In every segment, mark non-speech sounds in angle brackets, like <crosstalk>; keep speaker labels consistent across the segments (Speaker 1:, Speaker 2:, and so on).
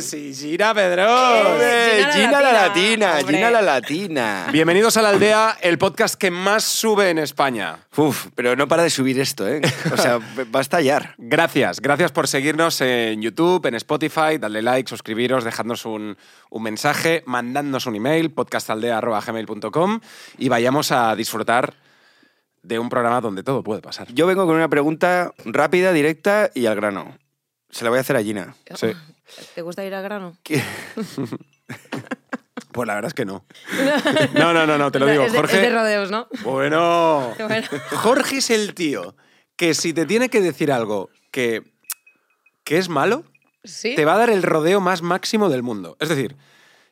Speaker 1: Gina Pedrós.
Speaker 2: Hombre,
Speaker 3: Gina la
Speaker 2: Gina la
Speaker 3: Latina,
Speaker 2: latina,
Speaker 3: hombre.
Speaker 2: Gina la latina.
Speaker 1: Bienvenidos a La Aldea, el podcast que más sube en España.
Speaker 2: Uf, pero no para de subir esto, ¿eh? O sea, va a estallar.
Speaker 1: Gracias, gracias por seguirnos en YouTube, en Spotify, darle like, suscribiros, dejadnos un, un mensaje, mandadnos un email, podcastaldea.gmail.com y vayamos a disfrutar de un programa donde todo puede pasar.
Speaker 2: Yo vengo con una pregunta rápida, directa y al grano. Se la voy a hacer a Gina.
Speaker 1: Sí.
Speaker 3: ¿Te gusta ir al grano?
Speaker 2: ¿Qué-
Speaker 1: Pues la verdad es que no. No, no, no, no, te lo
Speaker 3: Es de-
Speaker 1: digo,
Speaker 3: es de-
Speaker 1: Jorge.
Speaker 3: Es de rodeos, ¿no?
Speaker 1: Bueno.
Speaker 3: <laughs> Bueno.
Speaker 1: Jorge es el tío que si te tiene que decir algo que, que es malo,
Speaker 3: Sí.
Speaker 1: te va a dar el rodeo más máximo del mundo. Es decir,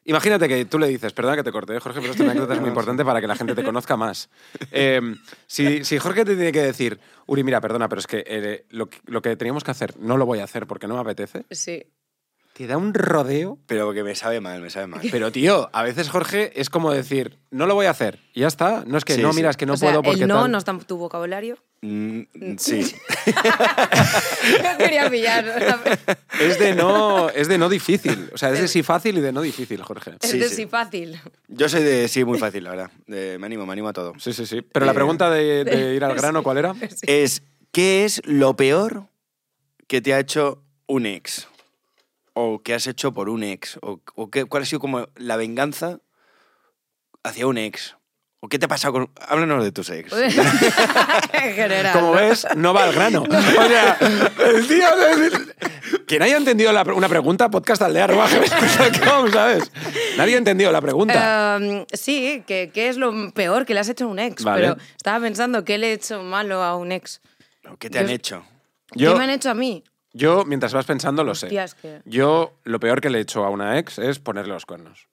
Speaker 1: imagínate que tú le dices, perdona que te corte, ¿eh, Jorge, pero esta anécdota es muy importante para que la gente te conozca más. Eh, si, si Jorge te tiene que decir, Uri, mira, perdona, pero es que eh, lo, que- lo que teníamos que hacer no lo voy a hacer porque no me apetece,
Speaker 3: Sí.
Speaker 1: te da un rodeo.
Speaker 2: Pero que me sabe mal, me sabe mal.
Speaker 3: <laughs>
Speaker 1: Pero tío, a veces Jorge es como decir, no lo voy a hacer, y ya está. No es que
Speaker 2: Sí,
Speaker 1: no,
Speaker 2: sí.
Speaker 1: mira, es que no
Speaker 3: o sea,
Speaker 1: puedo porque
Speaker 3: el no
Speaker 1: tal".
Speaker 3: no está en tu
Speaker 1: <laughs>
Speaker 3: vocabulario.
Speaker 2: Mm, sí.
Speaker 3: Yo quería
Speaker 1: <laughs>
Speaker 3: pillar.
Speaker 1: Es de no, es de no difícil. O sea, es de sí fácil y de no difícil, Jorge.
Speaker 3: Es
Speaker 2: Sí,
Speaker 3: de
Speaker 2: sí.
Speaker 1: <laughs>
Speaker 3: sí fácil.
Speaker 2: Yo soy de sí, muy fácil, la verdad. De- me animo, me animo a todo.
Speaker 1: Sí, sí, sí. Pero la pregunta de, de ir al grano, ¿cuál era?
Speaker 2: Es, ¿qué es lo peor que te ha hecho un ex? ¿O que has hecho por un ex? ¿O, o qué- cuál ha sido como la venganza hacia un ex? ¿O qué te ha pasado con...? Háblanos de tus ex.
Speaker 3: en general.
Speaker 1: Como
Speaker 3: ¿no?
Speaker 1: ves, no va al
Speaker 3: <laughs>
Speaker 1: grano. O sea, el tío. Quien haya entendido la pre- una pregunta, podcast ¿sabes? Nadie ha entendido la pregunta.
Speaker 3: Um, sí, que, que es lo peor que le has hecho a un ex.
Speaker 1: Vale.
Speaker 3: Pero estaba pensando qué le he hecho malo a un ex.
Speaker 2: ¿O ¿Qué te han
Speaker 3: Yo-
Speaker 2: hecho?
Speaker 1: Yo,
Speaker 3: ¿Qué me han hecho a mí?
Speaker 1: yo, mientras vas pensando, lo sé.
Speaker 3: Hostias, que-
Speaker 1: Yo, lo peor que le he hecho a una ex es ponerle los cuernos.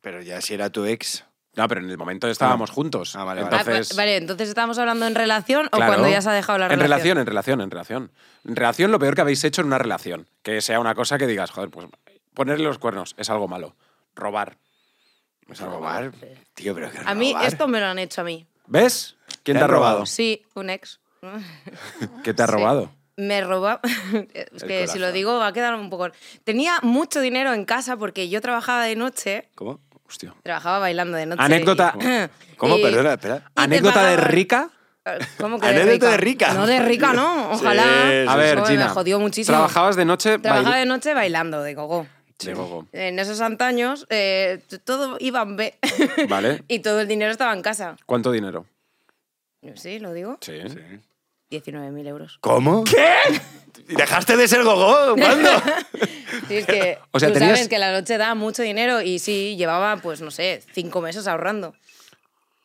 Speaker 2: Pero ya si era tu ex...
Speaker 1: No, pero en el momento estábamos juntos.
Speaker 2: Ah, vale, vale.
Speaker 1: Entonces,
Speaker 3: Ah, vale, entonces estábamos hablando en relación o
Speaker 1: Claro.
Speaker 3: cuando ya se ha dejado la
Speaker 1: en
Speaker 3: relación.
Speaker 1: relación. En relación, en relación, en relación. lo peor que habéis hecho en una relación. Que sea una cosa que digas, joder, pues ponerle los cuernos es algo malo. Robar.
Speaker 2: pues
Speaker 1: Es algo malo.
Speaker 2: ¿Robar? Tío, pero que
Speaker 3: A
Speaker 1: Ah,
Speaker 3: mí
Speaker 2: robar.
Speaker 3: esto me lo han hecho a mí.
Speaker 1: ¿Ves? ¿Quién
Speaker 2: Te
Speaker 1: te ha
Speaker 2: han
Speaker 1: robado?
Speaker 2: robado.
Speaker 3: Sí, un ex. <laughs>
Speaker 1: ¿Qué te ha
Speaker 3: Sí.
Speaker 1: robado?
Speaker 3: Me roba. <laughs> es
Speaker 2: El
Speaker 3: que si lo
Speaker 2: corazón.
Speaker 3: digo va a quedar un poco. Tenía mucho dinero en casa porque yo trabajaba de noche.
Speaker 2: ¿Cómo?
Speaker 1: Hostia.
Speaker 3: Trabajaba bailando de noche.
Speaker 1: Anécdota-
Speaker 3: y- <clears throat>
Speaker 2: ¿Cómo?
Speaker 3: y-
Speaker 2: Perdona, espera.
Speaker 3: y te
Speaker 1: ¿Anécdota de
Speaker 3: pagaba-
Speaker 1: rica?
Speaker 3: <laughs> ¿Cómo que
Speaker 2: Anécdota
Speaker 3: de
Speaker 2: de
Speaker 3: rica?
Speaker 2: rica.
Speaker 3: No, de rica no, ojalá.
Speaker 2: Sí,
Speaker 1: A
Speaker 2: sí,
Speaker 1: ver,
Speaker 3: Joder,
Speaker 1: Gina.
Speaker 3: Me jodió muchísimo.
Speaker 1: Trabajabas de noche.
Speaker 3: Trabajaba
Speaker 1: bail-
Speaker 3: de noche bailando de gogo.
Speaker 1: de gogo.
Speaker 3: En esos antaños eh, t- todo iba en B. <laughs>
Speaker 1: Vale.
Speaker 3: y todo el dinero estaba en casa.
Speaker 1: ¿Cuánto dinero?
Speaker 3: Sí, lo digo.
Speaker 1: Sí.
Speaker 2: Sí.
Speaker 3: 19.000 euros.
Speaker 2: ¿Cómo? ¿Qué? ¿Dejaste de ser gogó?
Speaker 3: <laughs>
Speaker 2: ¿Cuándo?
Speaker 3: Sí, es que
Speaker 1: <laughs> O sea,
Speaker 3: tú
Speaker 1: tenías-
Speaker 3: sabes que la noche da mucho dinero y sí, llevaba, pues no sé, cinco meses ahorrando.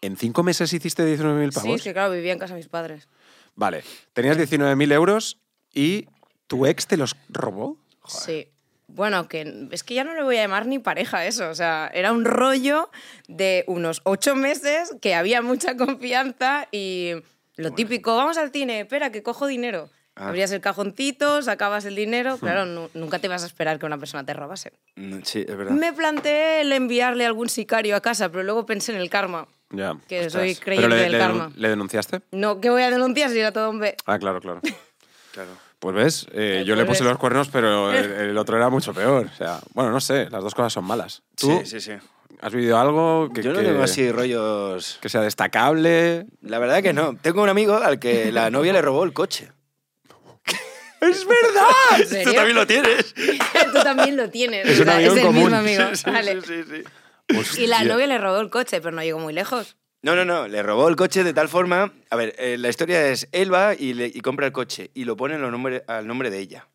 Speaker 1: ¿En cinco meses hiciste 19.000
Speaker 3: Sí,
Speaker 1: pavos?
Speaker 3: es que claro, vivía en casa de mis padres.
Speaker 1: Vale. Tenías 19.000 euros y tu ex te los robó.
Speaker 3: Sí. Bueno, que es que ya no le voy a llamar ni pareja a eso. O sea, era un rollo de unos ocho meses que había mucha confianza y lo típico, vamos al cine, espera, que cojo dinero.
Speaker 2: Ah.
Speaker 3: Abrías el cajoncito, sacabas el dinero.
Speaker 1: Hmm.
Speaker 3: Claro, nu- nunca te ibas a esperar que una persona te robase.
Speaker 2: Mm, Sí, es verdad.
Speaker 3: Me planteé el enviarle algún sicario a casa, pero luego pensé en el karma.
Speaker 1: Ya.
Speaker 3: Que
Speaker 2: Ostras.
Speaker 3: soy
Speaker 2: Pero
Speaker 3: creyente
Speaker 1: le-
Speaker 3: del
Speaker 1: le denun-
Speaker 3: karma.
Speaker 1: ¿Le denunciaste?
Speaker 3: No, que voy a denunciar si era
Speaker 2: <laughs>
Speaker 3: todo hombre.
Speaker 1: Ah, claro,
Speaker 3: <laughs>
Speaker 1: claro.
Speaker 2: Claro.
Speaker 1: Pues ves, eh,
Speaker 3: Eh,
Speaker 1: yo
Speaker 3: pues
Speaker 1: le puse
Speaker 3: ves.
Speaker 1: los cuernos,
Speaker 3: <laughs>
Speaker 1: pero el, el otro era mucho peor. O sea, bueno, no sé, las dos cosas son malas. ¿Tú
Speaker 2: Sí, sí, sí.
Speaker 1: has vivido algo que,
Speaker 2: Yo no
Speaker 1: que-
Speaker 2: tengo así rollos...
Speaker 1: que sea destacable?
Speaker 2: La verdad que no. Tengo un amigo al que la novia le robó el coche.
Speaker 1: ¡Es verdad!
Speaker 3: ¿En serio?
Speaker 2: lo tienes.
Speaker 3: <laughs> Tú también lo tienes.
Speaker 1: Es
Speaker 3: o
Speaker 1: un
Speaker 3: sea,
Speaker 1: amigo
Speaker 3: es
Speaker 1: en
Speaker 3: el
Speaker 1: común.
Speaker 3: mismo amigo.
Speaker 2: Sí, sí,
Speaker 3: Vale.
Speaker 2: sí, sí, sí.
Speaker 3: Y la novia le robó el coche, pero no llegó muy lejos.
Speaker 2: No, no, no. Le robó el coche de tal forma... A ver, eh, la historia es, él va y, le- y compra el coche y lo pone en lo nombre- al nombre de ella.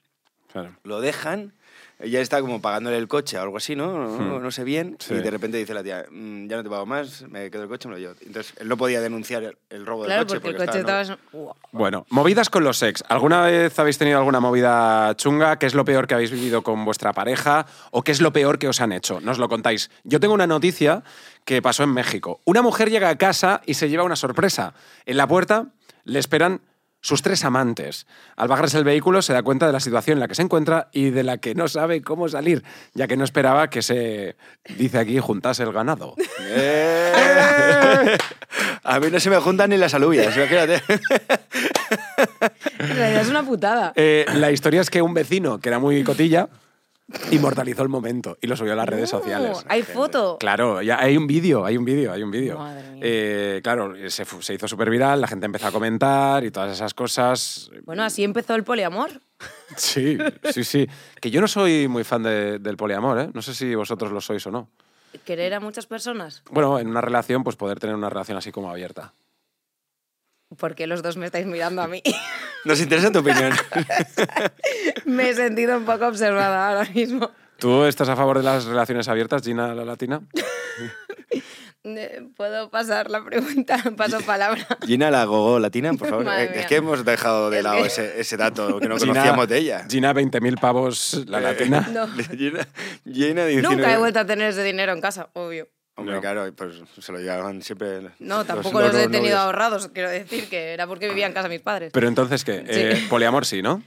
Speaker 1: Claro.
Speaker 2: Lo dejan, ella está como pagándole el coche o algo así, ¿no? No, no- no sé bien.
Speaker 1: Sí.
Speaker 2: Y de repente dice la tía, "Mm, ya no te pago más, me quedo el coche, me lo llevo. Entonces, él no podía denunciar el, el robo
Speaker 3: Claro,
Speaker 2: del coche.
Speaker 3: porque,
Speaker 1: pues
Speaker 3: el coche
Speaker 2: ¿no?
Speaker 3: estaba...
Speaker 1: <laughs>
Speaker 3: Guau.
Speaker 1: Bueno, movidas con los ex. ¿Alguna vez habéis tenido alguna movida chunga? ¿Qué es lo peor que habéis vivido con vuestra pareja? ¿O qué es lo peor que os han hecho? Nos lo contáis. Yo tengo una noticia que pasó en México. Una mujer llega a casa y se lleva una sorpresa. En la puerta le esperan sus tres amantes. Al bajarse el vehículo se da cuenta de la situación en la que se encuentra y de la que no sabe cómo salir, ya que no esperaba que se, dice aquí, juntase el ganado.
Speaker 2: ¡Eh! <laughs> A mí no se me juntan ni las alubias, imagínate. <laughs>
Speaker 3: En realidad es una putada.
Speaker 1: Eh, la historia es que un vecino, que era muy cotilla, Inmortalizó el momento y lo subió a las redes
Speaker 3: No,
Speaker 1: sociales.
Speaker 3: Oh, Uh, Hay
Speaker 2: gente.
Speaker 3: foto.
Speaker 1: Claro, ya hay un vídeo, hay un vídeo, hay un vídeo.
Speaker 3: Madre mía.
Speaker 1: Eh, claro, se, fu- se hizo súper viral, la gente empezó a comentar y todas esas cosas.
Speaker 3: Bueno, así empezó el poliamor.
Speaker 1: Sí, sí, sí. Que yo no soy muy fan de- del poliamor, ¿eh? No sé si vosotros lo sois o no.
Speaker 3: Querer a muchas personas.
Speaker 1: Bueno, en una relación, pues poder tener una relación así como abierta.
Speaker 3: Porque los dos me estáis mirando a mí. <laughs>
Speaker 2: Nos interesa tu opinión.
Speaker 3: me he sentido un poco observada ahora mismo.
Speaker 1: ¿Tú estás a favor de las relaciones abiertas, Gina, la latina?
Speaker 3: Eh, ¿Puedo pasar la pregunta? <laughs> Paso palabra.
Speaker 2: Gina la gogo latina,
Speaker 3: <laughs>
Speaker 2: por favor.
Speaker 3: Madre
Speaker 2: Eh,
Speaker 3: mía.
Speaker 2: es que hemos dejado de
Speaker 3: Es
Speaker 2: lado
Speaker 3: que-
Speaker 2: ese, ese dato
Speaker 1: <laughs>
Speaker 2: que no
Speaker 1: Gina-
Speaker 2: conocíamos de ella.
Speaker 1: Gina, 20.000 pavos la
Speaker 2: Eh, <laughs>
Speaker 1: latina.
Speaker 3: No.
Speaker 2: Gina, Gina 19.
Speaker 3: Nunca he vuelto a tener ese dinero en casa, obvio.
Speaker 2: Hombre,
Speaker 1: No.
Speaker 2: claro, pues se lo llevaban siempre. los-
Speaker 3: No, tampoco los, he
Speaker 2: nuevos
Speaker 3: tenido
Speaker 2: novios.
Speaker 3: ahorrados. Quiero decir que era porque vivía en casa mis padres.
Speaker 1: Pero entonces, ¿qué? Eh, poliamor sí, ¿no?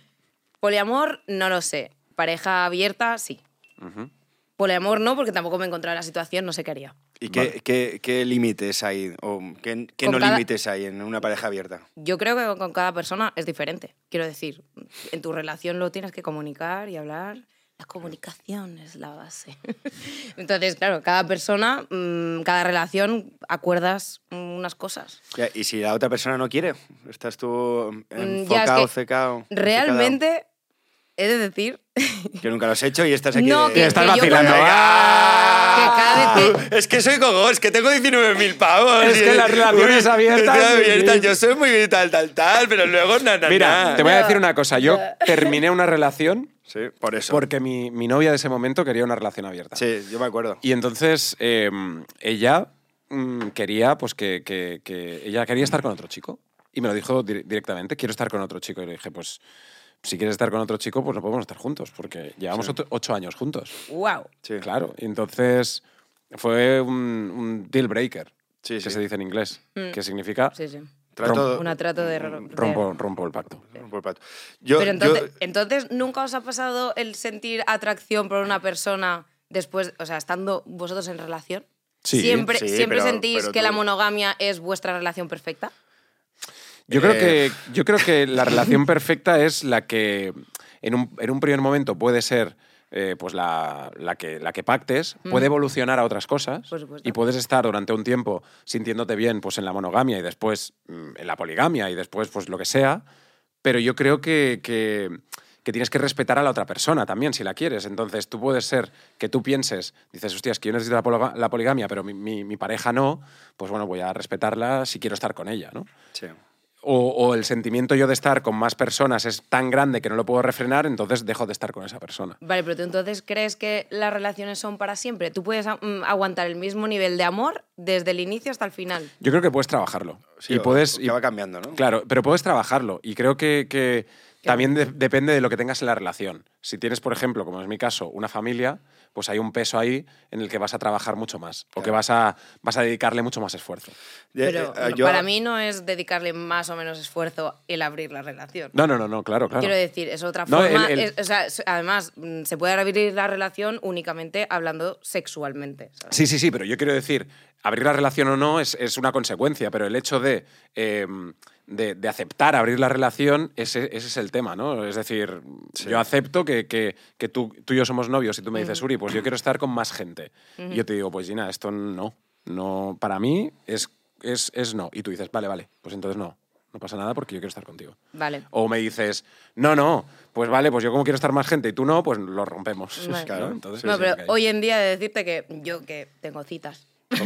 Speaker 3: Poliamor, no lo sé. Pareja abierta, sí.
Speaker 1: Ujú.
Speaker 3: Poliamor no, porque tampoco me encontraba la situación, no sé qué haría.
Speaker 2: ¿Y qué, qué- qué límites hay? ¿O qué, qué
Speaker 3: Con
Speaker 2: no
Speaker 3: cada-
Speaker 2: límites hay en una pareja abierta?
Speaker 3: Yo creo que con cada persona es diferente. Quiero decir, en tu relación lo tienes que comunicar y hablar. La comunicación es la base. <laughs> Entonces, claro, cada persona, mm, cada relación, acuerdas unas cosas.
Speaker 2: Ya, ¿Y si la otra persona no quiere? ¿Estás tú
Speaker 3: Mm, ya, es
Speaker 2: enfocado,
Speaker 3: que
Speaker 2: cecao?
Speaker 3: Realmente, he de decir <laughs>
Speaker 2: cecada? Que nunca lo has hecho y estás aquí.
Speaker 3: No,
Speaker 2: de-
Speaker 3: que-
Speaker 1: estás
Speaker 3: que yo-
Speaker 1: vacilando.
Speaker 3: que cada vez que-
Speaker 2: Tú, <laughs> Es que soy gogo, es que tengo 19.000 pavos.
Speaker 1: Es que
Speaker 2: y-
Speaker 1: las relaciones
Speaker 2: Uy,
Speaker 1: abiertas-
Speaker 2: estoy abierta, yo soy muy tal, tal, tal, pero luego na, na,
Speaker 1: Mira,
Speaker 2: na.
Speaker 1: te voy a decir una cosa. Yo terminé una relación
Speaker 2: Sí, por eso.
Speaker 1: porque mi, mi novia de ese momento quería una relación abierta.
Speaker 2: Sí, yo me acuerdo.
Speaker 1: Y entonces eh, ella mm, quería, pues que, que- que ella quería estar con otro chico. Y me lo dijo dir- directamente, quiero estar con otro chico. Y le dije, pues si quieres estar con otro chico, pues no podemos estar juntos, porque llevamos ocho- ocho años juntos.
Speaker 3: wow.
Speaker 2: Sí.
Speaker 1: Claro, y entonces fue un, un deal breaker,
Speaker 2: Sí,
Speaker 1: que
Speaker 2: sí.
Speaker 1: se dice en inglés, que significa
Speaker 3: Sí, sí.
Speaker 2: Trato-
Speaker 3: Una trato de... ro- de-
Speaker 1: rompo, rompo el pacto.
Speaker 2: Por pato. Yo,
Speaker 3: Pero entonces,
Speaker 2: yo-
Speaker 3: entonces, ¿nunca os ha pasado el sentir atracción por una persona después, o sea, estando vosotros en relación?
Speaker 1: Sí,
Speaker 3: ¿Siempre,
Speaker 2: sí,
Speaker 3: siempre
Speaker 2: pero-
Speaker 3: sentís
Speaker 2: pero
Speaker 3: que
Speaker 2: tú-
Speaker 3: la monogamia es vuestra relación perfecta?
Speaker 1: Yo creo,
Speaker 2: Eh.
Speaker 1: que, yo creo que la relación perfecta es la que en un, en un primer momento puede ser eh, pues la, la que, la que pactes, puede evolucionar a otras cosas
Speaker 3: Mm. Por supuesto.
Speaker 1: y puedes estar durante un tiempo sintiéndote bien pues en la monogamia y después mm, en la poligamia y después pues lo que sea, pero yo creo que, que- que tienes que respetar a la otra persona también si la quieres. Entonces tú puedes ser que tú pienses, dices, hostias, que yo necesito la, pologa- la poligamia, pero mi, mi- mi pareja no, pues bueno, voy a respetarla si quiero estar con ella, ¿no?
Speaker 2: Sí.
Speaker 1: o, o el sentimiento yo de estar con más personas es tan grande que no lo puedo refrenar, entonces dejo de estar con esa persona.
Speaker 3: Vale, pero tú entonces crees que las relaciones son para siempre. Tú puedes a- mm, aguantar el mismo nivel de amor desde el inicio hasta el final.
Speaker 1: Yo creo que puedes trabajarlo.
Speaker 2: Sí,
Speaker 1: y
Speaker 2: o-
Speaker 1: puedes,
Speaker 2: que
Speaker 1: y-
Speaker 2: va cambiando, ¿no?
Speaker 1: Claro, pero puedes trabajarlo. Y creo que, que también de- depende de lo que tengas en la relación. Si tienes, por ejemplo, como es mi caso, una familia, pues hay un peso ahí en el que vas a trabajar mucho más o que vas a, vas a dedicarle mucho más esfuerzo.
Speaker 2: Ya,
Speaker 3: Pero
Speaker 2: eh,
Speaker 3: no,
Speaker 2: yo-
Speaker 3: para mí no es dedicarle más o menos esfuerzo el abrir la relación.
Speaker 1: No, no, no, no claro, claro.
Speaker 3: Quiero decir, es otra
Speaker 1: No, el-
Speaker 3: forma.
Speaker 1: el-
Speaker 3: es- o sea, es- además, mm, se puede abrir la relación únicamente hablando sexualmente. ¿sabes?
Speaker 1: Sí, sí, sí, pero yo quiero decir, abrir la relación o no es, es una consecuencia, pero el hecho de, eh, de, de aceptar abrir la relación, ese, ese es el tema, ¿no? Es decir, yo acepto que, que- que tú, tú y yo somos novios y tú me dices, Uri, pues yo quiero estar con más gente. Y yo te digo, pues Gina, esto no, no, para mí es, es, es no. Y tú dices, vale, vale, pues entonces no, no pasa nada porque yo quiero estar contigo.
Speaker 3: Vale.
Speaker 1: O me dices, no, no, pues vale, pues yo como quiero estar más gente y tú no, pues lo rompemos. <laughs>
Speaker 3: Vale.
Speaker 1: Claro, entonces,
Speaker 3: no,
Speaker 1: es lo
Speaker 3: pero
Speaker 1: que hay.
Speaker 3: hoy en día de decirte que yo que tengo citas, <laughs>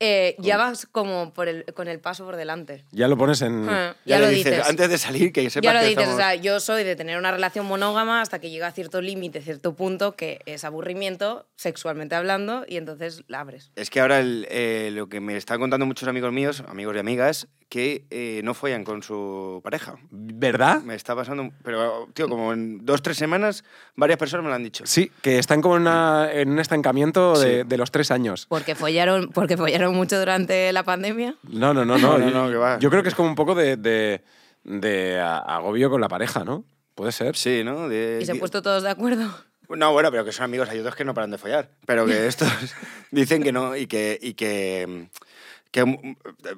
Speaker 3: eh, ya vas como por el, con el paso por delante.
Speaker 1: Ya lo pones en...
Speaker 3: Ah,
Speaker 2: ya
Speaker 3: ya,
Speaker 2: le
Speaker 3: lo
Speaker 2: dices,
Speaker 3: dices.
Speaker 2: Antes de salir, que sepas
Speaker 3: ya lo
Speaker 2: que
Speaker 3: dices,
Speaker 2: estamos-
Speaker 3: o sea, yo soy de tener una relación monógama hasta que llega a cierto límite, cierto punto que es aburrimiento sexualmente hablando y entonces la abres.
Speaker 2: Es que ahora el- eh, lo que me están contando muchos amigos míos, amigos y amigas, que eh, no follan con su pareja.
Speaker 1: ¿Verdad?
Speaker 2: Me está pasando, pero tío, como en dos, tres semanas, varias personas me lo han dicho.
Speaker 1: Sí, que están como en, una- en un estancamiento de,
Speaker 2: Sí.
Speaker 1: de los tres años.
Speaker 3: Porque follaron, porque follaron mucho durante la pandemia.
Speaker 1: No, no, no, no.
Speaker 2: No, <laughs> no,
Speaker 1: yo,
Speaker 2: no, que va.
Speaker 1: yo creo que es como un poco de, de- de a- agobio con la pareja, ¿no? Puede ser.
Speaker 2: Sí, ¿no? De-
Speaker 1: Eh,
Speaker 3: Y se han
Speaker 2: di-
Speaker 3: puesto todos de acuerdo. <laughs>
Speaker 2: No, bueno, pero que son amigos, hay otros que no paran de follar. Pero que estos dicen que no y que, y que, Que mm,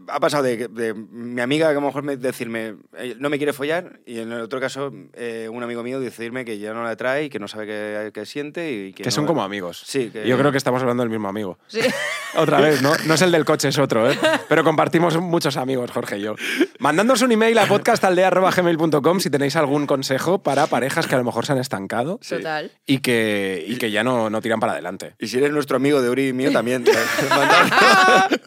Speaker 2: ha pasado de, de mi amiga que a lo mejor me, decirme, "Eh, no me quiere follar, y en el otro caso, eh, un amigo mío decirme que ya no la trae y que no sabe qué, qué siente. Y
Speaker 1: Que
Speaker 2: que no- eh.
Speaker 1: son como amigos.
Speaker 2: Sí, que-
Speaker 1: Yo creo que estamos hablando del mismo amigo.
Speaker 3: Sí.
Speaker 2: <laughs>
Speaker 1: Otra vez, ¿no? No es el del coche, es otro, ¿eh? Pero compartimos muchos amigos, Jorge y yo. Mandándonos un email a podcastaldea.gmail.com si tenéis algún consejo para parejas que a lo mejor se han estancado
Speaker 3: Total.
Speaker 1: y, que, y que ya no, no tiran para adelante.
Speaker 2: Y si eres nuestro amigo de Uri y mío
Speaker 1: <laughs>
Speaker 2: también. eh, mandad-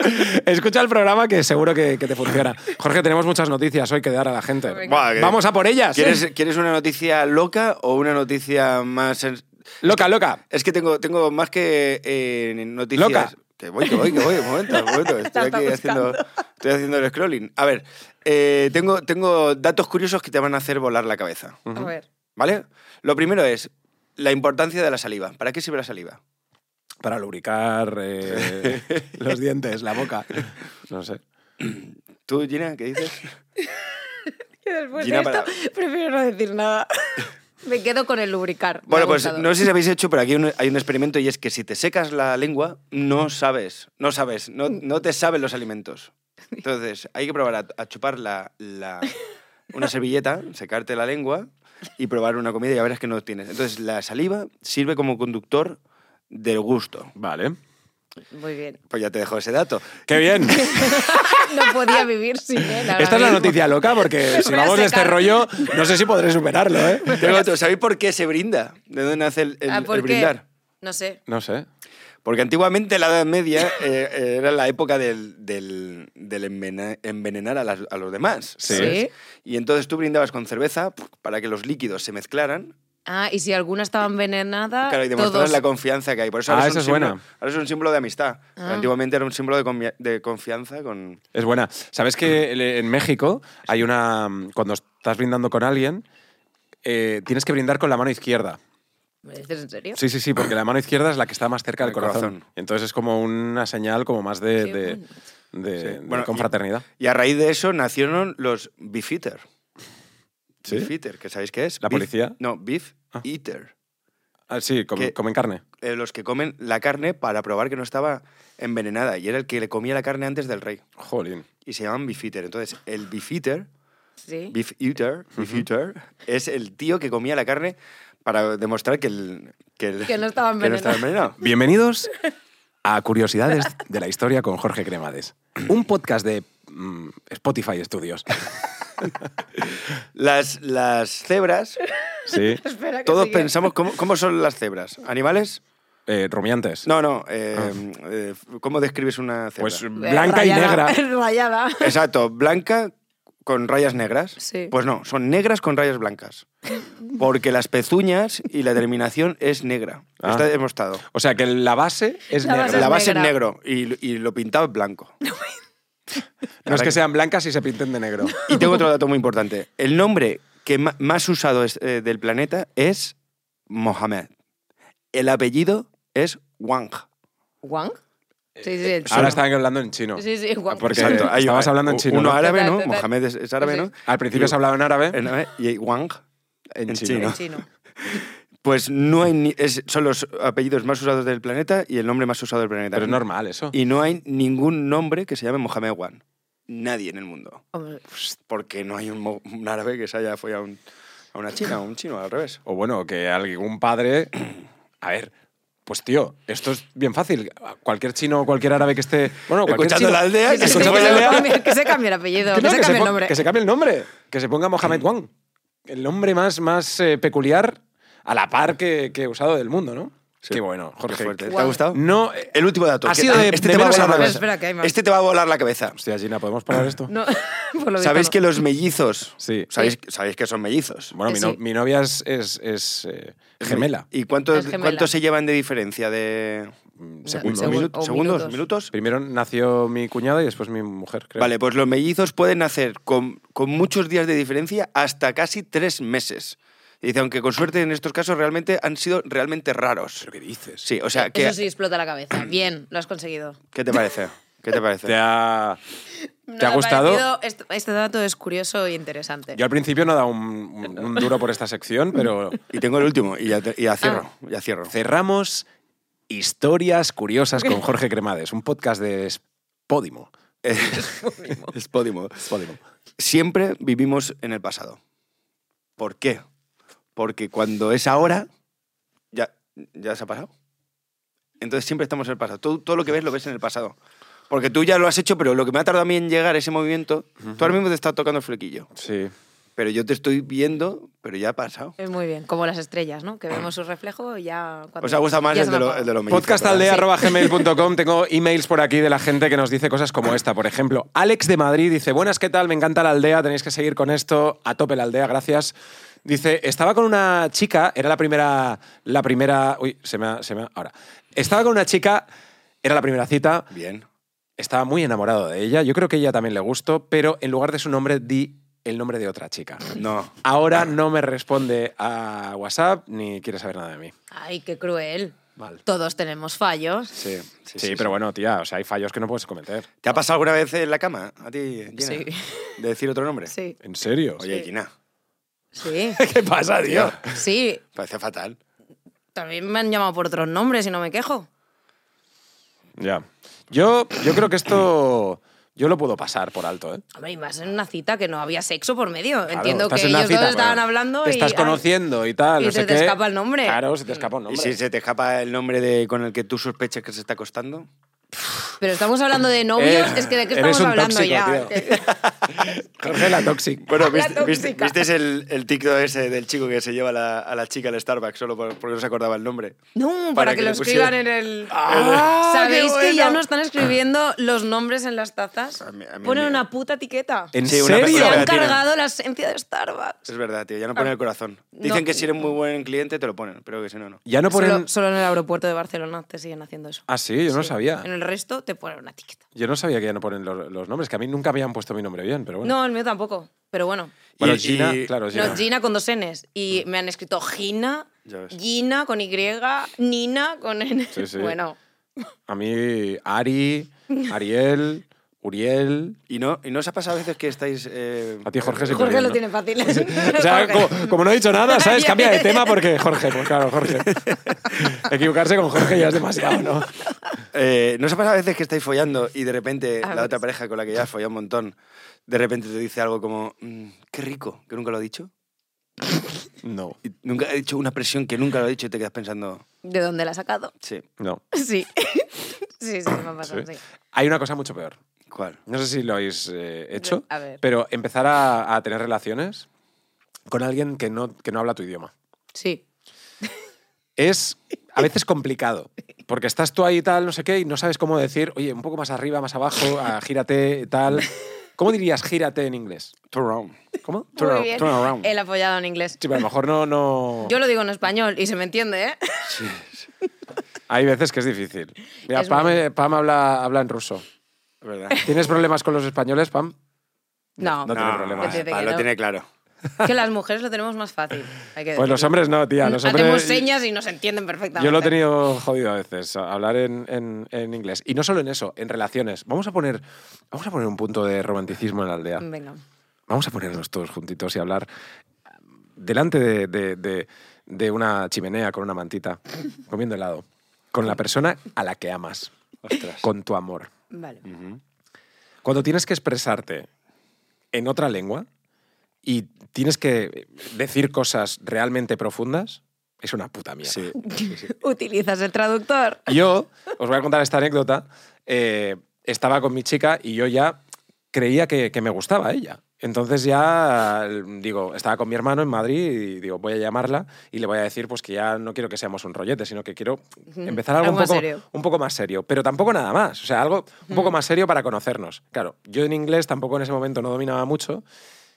Speaker 1: Escucha el programa que seguro que, que te funciona. Jorge, tenemos muchas noticias hoy que dar a la gente.
Speaker 3: Venga.
Speaker 2: Buah, que-
Speaker 1: ¡Vamos a por ellas! ¿eh?
Speaker 2: ¿Quieres, ¿Quieres una noticia loca o una noticia más... en-
Speaker 1: Loca, loca.
Speaker 2: Es que tengo, tengo más que eh, noticias...
Speaker 1: Loca.
Speaker 2: Que voy, que voy, que voy, un momento,
Speaker 1: <laughs>
Speaker 2: un momento. Estoy
Speaker 3: está
Speaker 2: aquí haciendo,
Speaker 3: buscando.
Speaker 2: estoy haciendo el scrolling. A ver, eh, tengo, tengo datos curiosos que te van a hacer volar la cabeza,
Speaker 3: A ver. <laughs>
Speaker 2: ¿vale? Lo primero es la importancia de la saliva. ¿Para qué sirve la saliva?
Speaker 1: Para lubricar eh, los dientes, la boca. No sé.
Speaker 2: ¿Tú, Gina, qué dices?
Speaker 3: Que después
Speaker 2: Gina,
Speaker 3: de
Speaker 2: para-
Speaker 3: esto, prefiero no decir nada. Me quedo con el lubricar. Me
Speaker 2: Bueno,
Speaker 3: ha
Speaker 2: pues
Speaker 3: gustado.
Speaker 2: no sé si habéis hecho, pero aquí hay un- hay un experimento y es que si te secas la lengua, no sabes, no sabes, no,
Speaker 3: Mm.
Speaker 2: no te saben los
Speaker 3: <laughs>
Speaker 2: alimentos. Entonces, hay que probar a, a chupar la, la- una
Speaker 3: <laughs>
Speaker 2: servilleta, secarte la lengua y probar una comida y ya verás que no tienes. Entonces, la saliva sirve como conductor del gusto.
Speaker 1: Vale.
Speaker 3: Muy bien. <laughs>
Speaker 2: Pues ya te dejo ese dato.
Speaker 1: ¡Qué bien!
Speaker 3: No podía vivir sin él. ahora
Speaker 1: Esta es la
Speaker 3: mismo.
Speaker 1: noticia loca porque si
Speaker 3: voy a
Speaker 1: vamos de este
Speaker 3: secar.
Speaker 1: rollo, no sé si podré superarlo, ¿eh?
Speaker 2: Tengo otro. ¿Sabéis por qué se brinda? ¿De dónde nace el, el-
Speaker 3: Ah,
Speaker 2: el
Speaker 3: ¿por qué?
Speaker 2: brindar?
Speaker 3: No sé.
Speaker 1: No sé.
Speaker 2: Porque antiguamente la Edad Media eh, era la época del, del- del envena- envenenar a, las- a los demás.
Speaker 1: Sí.
Speaker 3: Sí.
Speaker 2: Y entonces tú brindabas con cerveza puf, para que los líquidos se mezclaran.
Speaker 3: Ah, y si alguna estaba envenenada,
Speaker 2: Claro, y demostrar
Speaker 3: Ah, todos...
Speaker 2: la confianza que hay. Por eso
Speaker 1: Ah,
Speaker 2: ahora, es
Speaker 1: esa
Speaker 2: un
Speaker 1: es
Speaker 2: símbolo,
Speaker 1: buena.
Speaker 2: ahora es un símbolo de amistad. Pero
Speaker 3: Ah.
Speaker 2: Antiguamente era un símbolo de, convia- de confianza con...
Speaker 1: Es buena. ¿Sabes que el- en México hay una. Cuando estás brindando con alguien, eh, tienes que brindar con la mano izquierda.
Speaker 3: ¿Me dices en serio?
Speaker 1: Sí, sí, sí, porque la mano izquierda es la que está más cerca del
Speaker 2: El
Speaker 1: corazón.
Speaker 2: corazón.
Speaker 1: Entonces es como una señal como más de.
Speaker 3: Qué
Speaker 1: de-
Speaker 3: bueno.
Speaker 1: de-
Speaker 2: Sí.
Speaker 1: de
Speaker 2: Bueno, y-
Speaker 1: confraternidad.
Speaker 2: Y a raíz de eso nacieron los Beef Eater.
Speaker 1: ¿Sí?
Speaker 2: Beef Eater, que sabéis qué es.
Speaker 1: ¿La
Speaker 2: Beef-
Speaker 1: policía?
Speaker 2: No, Beef
Speaker 1: Ah.
Speaker 2: Eater.
Speaker 1: Ah, sí, com-
Speaker 2: ¿Qué?
Speaker 1: comen carne.
Speaker 2: Eh, los que comen la carne para probar que no estaba envenenada. Y era el que le comía la carne antes del rey.
Speaker 1: Jolín.
Speaker 2: y se llaman beef eater. Entonces, el beef eater,
Speaker 3: Sí.
Speaker 2: beef eater, beef eater, es el tío que comía la carne para demostrar que el... Que, el-
Speaker 3: Que no estaba
Speaker 2: que estaba
Speaker 3: envenenado.
Speaker 2: envenenado.
Speaker 1: Bienvenidos a Curiosidades de la Historia con Jorge Cremades. Un podcast de mm, Spotify Studios.
Speaker 2: Las, las
Speaker 3: <laughs>
Speaker 2: cebras,
Speaker 1: Sí.
Speaker 3: Espera que
Speaker 2: todos
Speaker 3: sigue.
Speaker 2: pensamos, ¿cómo, cómo son las cebras? ¿Animales?
Speaker 1: Eh, rumiantes.
Speaker 2: No, no. eh, eh, ¿Cómo describes una cebra?
Speaker 1: Ah. Pues blanca y
Speaker 3: Eh, Rayada,
Speaker 1: negra.
Speaker 3: <laughs> Rayada.
Speaker 2: Exacto, blanca con rayas negras.
Speaker 3: Sí.
Speaker 2: Pues no, son negras con rayas blancas. Porque las pezuñas y la terminación es negra.
Speaker 1: Ah.
Speaker 2: Está demostrado.
Speaker 1: O sea que la base es
Speaker 3: La
Speaker 1: negra.
Speaker 3: base es
Speaker 2: La base es
Speaker 3: negra.
Speaker 2: negro y, y lo pintaba en blanco.
Speaker 1: No es que sean blancas y se pinten de negro.
Speaker 2: Y tengo otro dato muy importante. El nombre que ma- más usado es, eh, del planeta es Mohamed. El apellido es Wang.
Speaker 3: ¿Wang? Sí, sí.
Speaker 1: Ahora estaban hablando en chino.
Speaker 3: Sí, sí, Wang.
Speaker 1: Porque- estabas hablando en
Speaker 2: u-
Speaker 1: chino,
Speaker 2: Uno
Speaker 1: ¿no?
Speaker 2: árabe,
Speaker 3: Total,
Speaker 2: ¿no?
Speaker 3: total.
Speaker 2: Mohamed es, es árabe,
Speaker 3: Sí.
Speaker 2: ¿no?
Speaker 1: Al principio se hablaba en árabe.
Speaker 2: En árabe, y Wang.
Speaker 1: En
Speaker 2: en
Speaker 1: chino.
Speaker 2: chino.
Speaker 3: En chino.
Speaker 2: Pues no hay ni- es- son los apellidos más usados del planeta y el nombre más usado del planeta.
Speaker 1: Pero es normal eso.
Speaker 2: Y no hay ningún nombre que se llame Mohamed Wang. Nadie en el mundo.
Speaker 3: Hombre,
Speaker 1: Pues
Speaker 2: Porque no hay un, mo- un árabe que se haya follado a un- a una china, un chino al revés.
Speaker 1: O bueno, que algún padre. A ver. Pues tío, esto es bien fácil. Cualquier chino o cualquier árabe que esté. Bueno, cualquier
Speaker 2: Escuchando
Speaker 1: chino-
Speaker 2: la aldea,
Speaker 3: Que se,
Speaker 1: Escuchando
Speaker 3: que
Speaker 1: la
Speaker 3: se lo
Speaker 1: aldea.
Speaker 3: cambie- que se cambie el apellido, que,
Speaker 1: no,
Speaker 3: se cambie el
Speaker 1: pon-
Speaker 3: nombre.
Speaker 1: que se cambie el nombre. Que se ponga Mohamed Wang. El nombre más, más eh, peculiar a la par que, que he usado del mundo, ¿no?
Speaker 2: Sí.
Speaker 1: Qué bueno,
Speaker 2: Qué
Speaker 1: Jorge.
Speaker 2: fuerte. ¿Te ha
Speaker 3: Guau.
Speaker 2: gustado?
Speaker 1: No, eh,
Speaker 2: Mm. El último dato.
Speaker 1: Ha
Speaker 2: que-
Speaker 1: sido de-
Speaker 2: este
Speaker 1: de
Speaker 2: te va a
Speaker 1: menos a
Speaker 2: volar la
Speaker 1: más.
Speaker 2: cabeza.
Speaker 3: Espera, que hay más.
Speaker 2: Este te va a volar la cabeza.
Speaker 1: Hostia, Gina, ¿podemos parar esto?
Speaker 3: No, <laughs> por lo visto
Speaker 2: ¿Sabéis
Speaker 3: no.
Speaker 2: que los mellizos...
Speaker 1: Sí.
Speaker 2: ¿Sabéis, sabéis que son mellizos?
Speaker 1: Bueno, mi,
Speaker 3: Eh,
Speaker 1: no-
Speaker 3: sí.
Speaker 1: mi novia es, es- es, eh, gemela.
Speaker 2: ¿Y cuántos,
Speaker 3: Es gemela.
Speaker 2: cuántos se llevan de diferencia? De...
Speaker 1: Mm,
Speaker 3: No,
Speaker 1: Segundo.
Speaker 3: Segun-
Speaker 2: Minu-
Speaker 3: o
Speaker 2: ¿Segundos?
Speaker 3: minutos.
Speaker 2: ¿Minutos?
Speaker 1: Primero nació mi cuñada y después mi mujer, creo.
Speaker 2: Vale, pues los mellizos pueden nacer con, con muchos días de diferencia hasta casi tres meses. Y dice, aunque con suerte en estos casos realmente han sido realmente raros.
Speaker 1: ¿Pero qué dices?
Speaker 2: Sí, o sea, ¿qué,
Speaker 3: Eh, Eso sí explota la cabeza. <clears throat> Bien, lo has conseguido.
Speaker 2: ¿qué te parece? ¿Qué te parece?
Speaker 1: ¿Te ha,
Speaker 3: No
Speaker 1: te ha
Speaker 3: me
Speaker 1: gustado?
Speaker 3: parecido- Este, este dato es curioso e interesante.
Speaker 1: Yo al principio no he dado un, un- un duro por esta sección, pero
Speaker 2: Y tengo el último, y ya, te- y
Speaker 3: Ah.
Speaker 2: ya cierro. Ya
Speaker 3: <laughs>
Speaker 2: cierro.
Speaker 1: cerramos Historias Curiosas con Jorge Cremades, un podcast de Podimo.
Speaker 2: Es Podimo. Siempre vivimos en el pasado. ¿Por qué? Porque cuando es ahora, ya, ya se ha pasado. Entonces siempre estamos en el pasado. Todo, todo lo que ves lo ves en el pasado. Porque tú ya lo has hecho, pero lo que me ha tardado a mí en llegar a ese movimiento, tú ahora mismo te estás tocando el flequillo.
Speaker 1: Sí.
Speaker 2: Pero yo te estoy viendo, pero ya ha pasado.
Speaker 3: Es muy bien, como las estrellas, ¿no? Que vemos su reflejo y ya... cuando-
Speaker 2: Os ha gustado más
Speaker 3: ya
Speaker 2: el
Speaker 3: se
Speaker 2: de,
Speaker 3: me
Speaker 2: lo,
Speaker 3: apaga.
Speaker 2: el de los mellizos, ¿verdad?
Speaker 1: Podcastaldea.gmail.com Tengo emails por aquí de la gente que nos dice cosas como esta. Por ejemplo, Alex de Madrid dice, buenas, ¿qué tal? Me encanta la aldea, tenéis que seguir con esto. A tope la aldea, gracias. Dice, estaba con una chica, era la primera... La primera... Uy, se me ha... Se me ha- ahora. Estaba con una chica, era la primera cita,
Speaker 2: Bien.
Speaker 1: estaba muy enamorado de ella, yo creo que ella también le gustó, pero en lugar de su nombre di el nombre de otra chica.
Speaker 2: No.
Speaker 1: Ahora no me responde a WhatsApp ni quiere saber nada de mí.
Speaker 3: Ay, qué cruel.
Speaker 1: Mal.
Speaker 3: Todos tenemos fallos.
Speaker 1: Sí, sí,
Speaker 2: sí,
Speaker 1: pero
Speaker 2: sí.
Speaker 1: bueno, tía, o sea, hay fallos que no puedes cometer.
Speaker 2: ¿Te ha pasado alguna vez en la cama a ti, Gina?
Speaker 3: Sí.
Speaker 2: ¿De decir otro nombre?
Speaker 3: Sí,
Speaker 1: ¿En serio?
Speaker 2: Oye,
Speaker 3: Sí.
Speaker 2: Gina,
Speaker 3: sí,
Speaker 1: <laughs> ¿Qué pasa, tío?
Speaker 3: sí.
Speaker 2: parece fatal.
Speaker 3: También me han llamado por otros nombres y no me quejo.
Speaker 1: Ya. Yo, yo creo que esto. Yo lo puedo pasar por alto, ¿eh?
Speaker 3: Hombre, y más en una cita que no había sexo por medio.
Speaker 1: Claro,
Speaker 3: Entiendo que
Speaker 1: estás
Speaker 3: ellos
Speaker 1: en una
Speaker 3: dos
Speaker 1: cita,
Speaker 3: estaban
Speaker 1: claro.
Speaker 3: hablando
Speaker 1: Te
Speaker 3: y...
Speaker 1: estás
Speaker 3: ay,
Speaker 1: conociendo y tal,
Speaker 3: y
Speaker 1: no
Speaker 3: se
Speaker 1: sé
Speaker 3: te
Speaker 1: qué.
Speaker 3: escapa el nombre.
Speaker 1: Claro, se te escapa un
Speaker 2: ¿Y
Speaker 1: nombre.
Speaker 2: si se te escapa el nombre de, con el que tú sospechas que se está acostando?
Speaker 3: Pero estamos hablando de novios,
Speaker 1: Eh,
Speaker 3: es que ¿de qué
Speaker 1: eres
Speaker 3: estamos
Speaker 1: un
Speaker 3: hablando
Speaker 1: tóxico,
Speaker 3: ya?
Speaker 1: tío. Jorge la Toxic.
Speaker 2: Bueno,
Speaker 3: La
Speaker 2: ¿viste, viste,
Speaker 3: tóxica.
Speaker 2: viste el, el TikTok ese del chico que se lleva a la, a la chica al Starbucks solo por- porque no se acordaba el nombre?
Speaker 3: No, para, que, lo
Speaker 2: le
Speaker 3: escriban
Speaker 2: pusieran-
Speaker 3: en el...
Speaker 2: Ah,
Speaker 3: ¿Sabéis
Speaker 2: qué
Speaker 3: que ya
Speaker 2: bueno.
Speaker 3: no están escribiendo los nombres en las tazas?
Speaker 2: A mí- a mí
Speaker 3: Ponen
Speaker 2: me-
Speaker 3: una puta etiqueta.
Speaker 1: ¿En
Speaker 2: Sí, una
Speaker 1: serio?
Speaker 3: Se
Speaker 2: persona-
Speaker 3: han
Speaker 2: pegatina.
Speaker 3: cargado la esencia de Starbucks.
Speaker 2: Es verdad, tío, ya no ponen el corazón.
Speaker 3: Ah, no.
Speaker 2: Dicen que si eres muy buen cliente te lo ponen, pero que si no, no.
Speaker 1: Ya no ponen.
Speaker 3: Solo, solo en el aeropuerto de Barcelona te siguen haciendo eso.
Speaker 1: Ah, sí, yo no
Speaker 3: Sí.
Speaker 1: sabía.
Speaker 3: En el resto te ponen una etiqueta.
Speaker 1: Yo no sabía que ya no ponen los, los nombres, que a mí nunca me habían puesto mi nombre bien, pero bueno.
Speaker 3: No, el mío tampoco. Pero bueno.
Speaker 1: Bueno,
Speaker 2: Y-
Speaker 1: Gina,
Speaker 2: y-
Speaker 1: claro, Gina.
Speaker 3: No, Gina con dos Ns. Y me han escrito Gina,
Speaker 2: Ya ves.
Speaker 3: Gina con Y, Nina con N.
Speaker 1: Sí, sí.
Speaker 3: <laughs> Bueno,
Speaker 1: A mí, Ari, Ariel, Uriel.
Speaker 3: <laughs>
Speaker 2: ¿Y no, ¿Y no os ha pasado a veces que estáis... eh,
Speaker 1: A ti, Jorge, sí.
Speaker 3: Jorge
Speaker 1: Uriel,
Speaker 3: lo
Speaker 1: ¿no?
Speaker 3: tiene fácil.
Speaker 1: O sea,
Speaker 3: <laughs> Jorge.
Speaker 1: como, como no he dicho nada,
Speaker 3: <laughs>
Speaker 1: ¿sabes? Cambia de tema porque Jorge, pues claro, Jorge. Equivocarse con Jorge ya es demasiado, ¿no?
Speaker 2: Eh, ¿No os ha pasado a veces que estáis follando y de repente
Speaker 3: A
Speaker 2: la otra
Speaker 3: veces.
Speaker 2: pareja con la que ya has follado un montón, de repente te dice algo como, "Mm, qué rico, que nunca lo ha dicho?
Speaker 1: No.
Speaker 2: Y nunca ha dicho una presión que nunca lo ha dicho y te quedas pensando,
Speaker 3: ¿De dónde la ha sacado?
Speaker 2: sí,
Speaker 1: No.
Speaker 3: Sí. <laughs> sí, sí, me ha pasado.
Speaker 1: Sí.
Speaker 3: Sí.
Speaker 1: Hay una cosa mucho peor.
Speaker 2: ¿cuál?
Speaker 1: No sé si lo habéis eh, hecho,
Speaker 3: A ver.
Speaker 1: pero empezar a, a tener relaciones con alguien que no, que no habla tu idioma.
Speaker 3: Sí.
Speaker 1: Es a veces complicado, porque estás tú ahí tal, no sé qué, y no sabes cómo decir, oye, un poco más arriba, más abajo, a gírate, tal. ¿Cómo dirías gírate en inglés?
Speaker 2: Turn around.
Speaker 1: ¿Cómo?
Speaker 2: Turn,
Speaker 3: Muy
Speaker 2: ar-
Speaker 3: bien.
Speaker 2: turn around.
Speaker 3: El apoyado en inglés.
Speaker 1: Sí, pero a lo mejor no... no...
Speaker 3: Yo lo digo en español y se me entiende, ¿eh?
Speaker 1: Hay veces que es difícil. Mira,
Speaker 3: Es
Speaker 1: Pam,
Speaker 3: muy-
Speaker 1: eh, Pam habla, habla en ruso. <laughs>
Speaker 2: ¿Verdad?
Speaker 1: ¿Tienes problemas con los españoles, Pam?
Speaker 3: No,
Speaker 1: No tiene problema.
Speaker 3: que te-
Speaker 2: Pablo
Speaker 3: que no.
Speaker 2: tiene claro.
Speaker 3: <laughs> que las mujeres lo tenemos más fácil. Hay que
Speaker 1: Pues los
Speaker 3: decirlo.
Speaker 1: hombres no, tía. Los
Speaker 3: Hacemos
Speaker 1: hombres,
Speaker 3: señas y nos entienden perfectamente.
Speaker 1: Yo lo he tenido jodido a veces, a- hablar en, en- en inglés. Y no solo en eso, en relaciones. Vamos a poner, vamos a poner un punto de romanticismo en la aldea.
Speaker 3: Venga.
Speaker 1: Vamos a ponernos todos juntitos y hablar delante de, de- de- de una chimenea con una mantita, comiendo helado, con la persona a la que amas,
Speaker 2: <laughs> Ostras.
Speaker 1: con tu amor.
Speaker 3: Vale.
Speaker 1: Cuando tienes que expresarte en otra lengua y tienes que decir cosas realmente profundas, es una puta mierda.
Speaker 2: Sí.
Speaker 3: ¿Utilizas el traductor?
Speaker 1: Yo, os voy a contar esta anécdota, eh, estaba con mi chica y yo ya creía que, que me gustaba ella. Entonces ya, eh, digo, estaba con mi hermano en Madrid y digo, voy a llamarla y le voy a decir pues que ya no quiero que seamos un rollete, sino que quiero empezar algo,
Speaker 3: Algo
Speaker 1: un,
Speaker 3: más
Speaker 1: poco,
Speaker 3: serio.
Speaker 1: un poco más serio, pero tampoco nada más, o sea, algo un poco más serio para conocernos. Claro, yo en inglés tampoco en ese momento no dominaba mucho,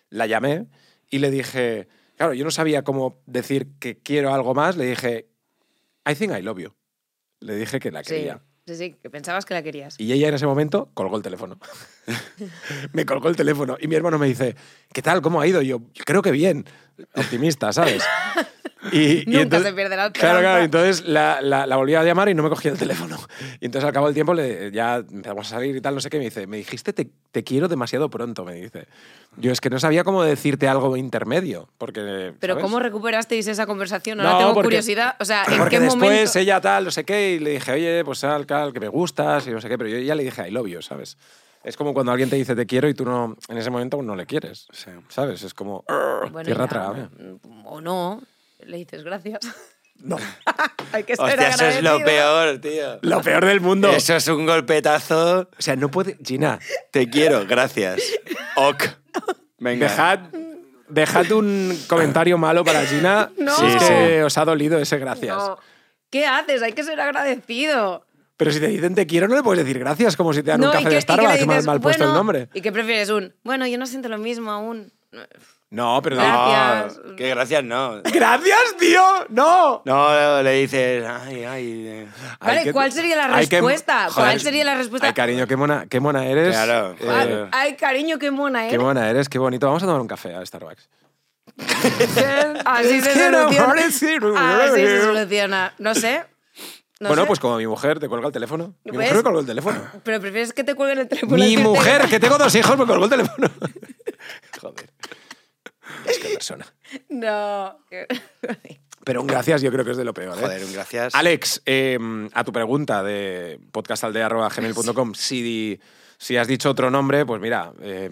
Speaker 1: la llamé y le dije, claro, yo no sabía cómo decir que quiero algo más, le dije, I think I love you. Le dije que la
Speaker 3: Sí.
Speaker 1: quería.
Speaker 3: Sí, sí, que pensabas que la querías.
Speaker 1: Y ella en ese momento colgó el teléfono. <laughs> me colgó el teléfono. Y mi hermano me dice, ¿qué tal? ¿Cómo ha ido? Y yo, "Yo creo que bien. Optimista, ¿sabes? Y, y
Speaker 3: Nunca se pierde la
Speaker 1: <laughs> Claro, claro.
Speaker 3: esperanza.
Speaker 1: Entonces la, la- la volví a llamar y no me cogía el teléfono. Y entonces al cabo del tiempo le, ya empezamos a salir y tal, no sé qué. y Me dice, me dijiste te, te quiero demasiado pronto, me dice. Yo es que no sabía cómo decirte algo intermedio. Porque,
Speaker 3: Pero
Speaker 1: ¿sabes?
Speaker 3: ¿cómo recuperasteis esa conversación? Ahora
Speaker 1: No,
Speaker 3: tengo
Speaker 1: porque-
Speaker 3: curiosidad. O sea, ¿en
Speaker 1: Porque
Speaker 3: qué
Speaker 1: después
Speaker 3: momento?
Speaker 1: ella tal, no sé qué, y le dije, oye, pues tal, tal, que me gustas, y no sé qué, pero yo ya le dije, I love you, ¿sabes? Es como cuando alguien te dice te quiero y tú no, en ese momento aún no le quieres.
Speaker 3: <laughs>
Speaker 2: Sí.
Speaker 1: ¿Sabes? Es como "Arr,
Speaker 3: Bueno,
Speaker 1: tierra
Speaker 3: ya,
Speaker 1: trágame.
Speaker 3: O no, le dices gracias. <laughs>
Speaker 1: No. <laughs>
Speaker 3: Hay que ser
Speaker 2: Hostia, eso es lo
Speaker 3: agradecido.
Speaker 2: peor, tío.
Speaker 1: Lo peor del mundo.
Speaker 2: Eso es un golpetazo.
Speaker 1: O sea, no puede. Gina,
Speaker 2: Te quiero,
Speaker 3: <laughs>
Speaker 2: gracias. Ok. Venga.
Speaker 1: dejad, dejad un comentario malo para Gina.
Speaker 3: <laughs> No.
Speaker 1: Si es
Speaker 2: Sí,
Speaker 1: que os ha dolido ese gracias.
Speaker 3: No. ¿Qué haces? Hay que ser agradecido.
Speaker 1: Pero si te dicen te quiero, no le puedes decir gracias, como si te dan
Speaker 3: No,
Speaker 1: un café
Speaker 3: y que- y
Speaker 1: de
Speaker 3: que le
Speaker 1: Starbucks mal-
Speaker 3: dices,
Speaker 1: mal, puesto el
Speaker 3: "Bueno",
Speaker 1: nombre. Eh.
Speaker 3: ¿Y qué prefieres? Un, bueno, yo no siento lo mismo aún.
Speaker 1: No, pero.
Speaker 3: Claro.
Speaker 1: no.
Speaker 3: Gracias.
Speaker 2: No, Ah, que gracias no.
Speaker 1: <laughs> ¡Gracias, tío! ¡No!
Speaker 2: No, le dices, ay, ay. eh.
Speaker 1: Hay
Speaker 3: Vale,
Speaker 1: que-
Speaker 3: ¿cuál sería la
Speaker 1: hay que-
Speaker 3: respuesta?
Speaker 1: Joder,
Speaker 3: ¿Cuál sería la respuesta?
Speaker 1: Ay, cariño, qué mona, qué mona eres.
Speaker 2: Claro,
Speaker 1: Eh,
Speaker 3: Ay,
Speaker 2: joder.
Speaker 3: ay, cariño, qué mona, ¿eh?
Speaker 1: qué mona eres, qué bonito. Vamos a tomar un café a Starbucks.
Speaker 3: <laughs> Así
Speaker 1: Es
Speaker 3: se
Speaker 1: que no
Speaker 3: soluciona.
Speaker 1: parece-
Speaker 3: Así se soluciona. No sé. No
Speaker 1: bueno,
Speaker 3: sé.
Speaker 1: pues como mi mujer te cuelga el teléfono. Mi
Speaker 3: ¿Ves?
Speaker 1: mujer me colgó el
Speaker 3: <laughs>
Speaker 1: teléfono.
Speaker 3: Pero prefieres que te cuelguen el teléfono.
Speaker 1: Mi
Speaker 3: que te-
Speaker 1: mujer, que tengo dos hijos, me colgó el teléfono. <laughs> Joder. Es que persona.
Speaker 3: <laughs> No.
Speaker 1: Pero un gracias yo creo que es de lo peor. ¿eh?
Speaker 2: Joder, un gracias.
Speaker 1: Alex, eh, a tu pregunta de podcastaldea.gmail.com, si, si has dicho otro nombre, pues mira, eh,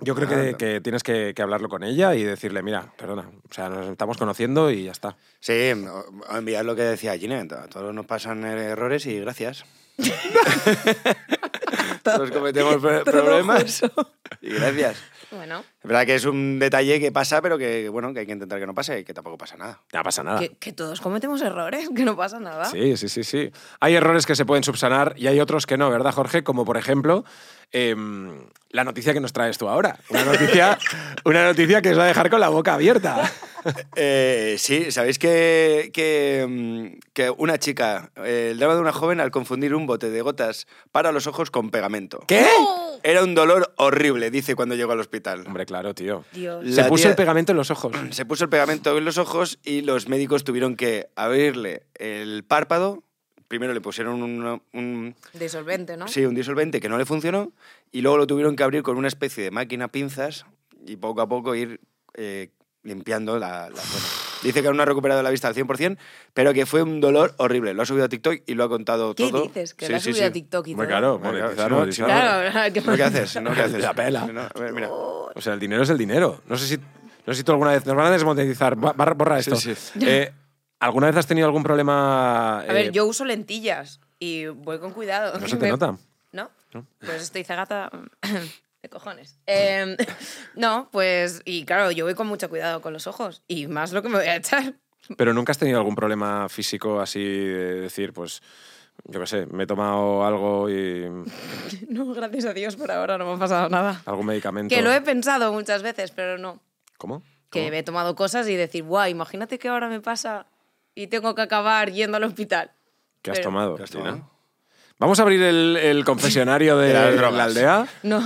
Speaker 1: yo creo que, que tienes que, que hablarlo con ella y decirle, mira, perdona, o sea, nos estamos conociendo y ya está.
Speaker 2: Sí, o- o enviar lo que decía Gina. A todos nos pasan er- errores y gracias. todos cometemos pro- problemas. Y gracias.
Speaker 3: <laughs> Bueno,
Speaker 2: Es verdad que es un detalle que pasa, pero que bueno, que hay que intentar que no pase y que tampoco pasa nada.
Speaker 1: No pasa nada.
Speaker 3: que, que todos cometemos errores, que no pasa nada.
Speaker 1: Ah. Sí, sí, sí, sí. Hay errores que se pueden subsanar y hay otros que no, ¿verdad, Jorge? Como por ejemplo em, la noticia que nos traes tú ahora. Una
Speaker 2: <laughs>
Speaker 1: noticia, una noticia que os va a dejar con la boca abierta.
Speaker 2: Eh, sí, ¿sabéis que, que, mm, que una chica, eh, el drama de una joven al confundir un bote de gotas para los ojos con pegamento?
Speaker 1: ¿Qué?
Speaker 2: Era un dolor horrible, dice cuando llegó al hospital.
Speaker 1: Hombre, claro, tío.
Speaker 3: Dios.
Speaker 1: Se
Speaker 2: La
Speaker 1: puso
Speaker 2: tía-
Speaker 1: el pegamento en los ojos.
Speaker 2: Se puso el pegamento en los ojos y los médicos tuvieron que abrirle el párpado. Primero le pusieron un, un-
Speaker 3: De solvente, ¿no?
Speaker 2: sí, un disolvente que no le funcionó y luego lo tuvieron que abrir con una especie de máquina pinzas y poco a poco ir eh, limpiando la, la zona. Dice que aún no ha recuperado la vista al 100%, pero que fue un dolor horrible. Lo ha subido a TikTok y lo ha contado
Speaker 3: ¿Qué
Speaker 2: todo.
Speaker 3: dices? Que
Speaker 2: Sí,
Speaker 3: lo has
Speaker 2: sí,
Speaker 3: subido
Speaker 2: sí.
Speaker 3: a TikTok y
Speaker 1: Hombre,
Speaker 3: todo.
Speaker 1: claro,
Speaker 2: Hombre, claro,
Speaker 1: monetizar,
Speaker 2: si no-
Speaker 1: monetizar.
Speaker 3: Claro, <laughs> hay que-
Speaker 2: ¿No qué haces? ¿No qué haces?
Speaker 1: La pela.
Speaker 2: No, a ver, mira.
Speaker 1: O sea, el dinero es el dinero. No sé si, no sé si tú alguna vez... Nos van a desmonetizar. Ba- barra- borra esto.
Speaker 2: Sí,
Speaker 1: Eh, ¿Alguna vez has tenido algún problema...? eh,
Speaker 3: A ver, yo uso lentillas y voy con cuidado. <laughs>
Speaker 1: No se te
Speaker 3: Me-
Speaker 1: nota.
Speaker 3: ¿No? Pues estoy zagata <coughs> de cojones. Eh, <laughs> no, pues, y claro, yo voy con mucho cuidado con los ojos y más lo que me voy a echar. <laughs>
Speaker 1: Pero nunca has tenido algún problema físico así de decir, pues, yo qué sé, me he tomado algo y
Speaker 3: No, gracias a Dios por ahora no me ha pasado nada.
Speaker 1: algún medicamento.
Speaker 3: Que lo he pensado muchas veces, pero no.
Speaker 1: ¿Cómo?
Speaker 3: Que me he tomado cosas y decir, guau, imagínate que ahora me pasa y tengo que acabar yendo al hospital.
Speaker 1: ¿Qué has
Speaker 3: Pero-
Speaker 1: tomado?
Speaker 2: ¿Qué has
Speaker 1: Gina?
Speaker 2: tomado?
Speaker 1: Vamos a abrir el, el confesionario de,
Speaker 2: <laughs> De las drogas.
Speaker 1: la aldea.
Speaker 3: No.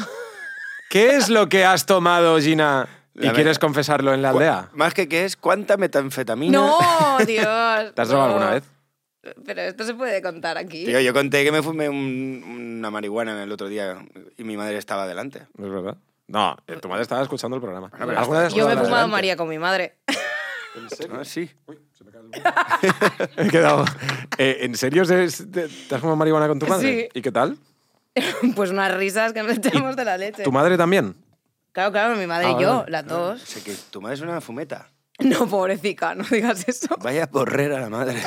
Speaker 1: ¿Qué es lo que has tomado, Gina? ¿Y
Speaker 2: La
Speaker 1: quieres
Speaker 2: verdad.
Speaker 1: confesarlo en la
Speaker 2: Cu-
Speaker 1: aldea?
Speaker 2: Más que qué es, ¿cuánta metanfetamina?
Speaker 3: <laughs> No, Dios.
Speaker 1: ¿Te has drogado
Speaker 3: no.
Speaker 1: alguna vez?
Speaker 3: Pero esto se puede contar aquí.
Speaker 2: Tío, yo conté que me fumé un- una marihuana el otro día y mi madre estaba delante.
Speaker 1: ¿No es verdad? No, eh, tu madre estaba escuchando el programa.
Speaker 2: pero-
Speaker 1: ¿Alguna vez has
Speaker 3: yo me he
Speaker 1: estado
Speaker 3: fumado
Speaker 1: delante?
Speaker 3: María con mi madre.
Speaker 2: Ah, sí.
Speaker 1: He quedado. Eh, ¿En serio se- se- te, te has fumado marihuana con tu madre?
Speaker 3: Sí.
Speaker 1: ¿Y qué tal?
Speaker 3: <laughs> Pues unas risas que nos echamos de la leche.
Speaker 1: ¿Tu madre también?
Speaker 3: Claro, claro, mi madre
Speaker 1: Ah,
Speaker 3: y yo,
Speaker 1: vale.
Speaker 3: las dos. <laughs>
Speaker 2: Sé que tu madre es una fumeta.
Speaker 3: No, pobrecita, no digas eso.
Speaker 2: Vaya porrera
Speaker 1: <laughs>
Speaker 2: la madre.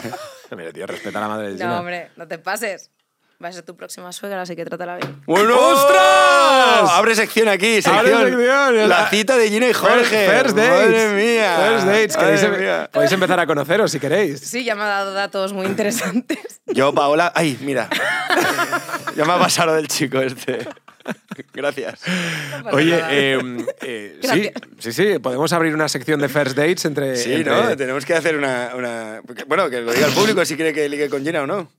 Speaker 1: Mira, tío, respeta a la madre de Gina.
Speaker 3: No, hombre, no te pases. Va a ser tu próxima suegra, así que trátala bien.
Speaker 2: ¡Bueno!
Speaker 1: ¡Ostras!
Speaker 2: Abre sección aquí, sección.
Speaker 1: Abre sección.
Speaker 2: La cita de Gina y Jorge.
Speaker 1: First dates.
Speaker 2: Madre mía.
Speaker 1: First dates. Queréis-
Speaker 2: Madre mía.
Speaker 1: podéis empezar a conoceros si queréis.
Speaker 3: Sí, ya me ha dado datos
Speaker 1: <laughs>
Speaker 3: muy interesantes.
Speaker 2: Yo, Paola. Ay, mira. ya me ha pasado del chico este. Gracias.
Speaker 3: No pasa
Speaker 1: Oye,
Speaker 3: nada.
Speaker 1: eh, eh, sí,
Speaker 3: Gracias.
Speaker 1: sí, sí, podemos abrir una sección de first dates entre.
Speaker 2: Sí,
Speaker 1: entre-
Speaker 2: ¿no? Tenemos que hacer una, una- porque, Bueno, que lo diga el público si quiere que ligue con Gina o no.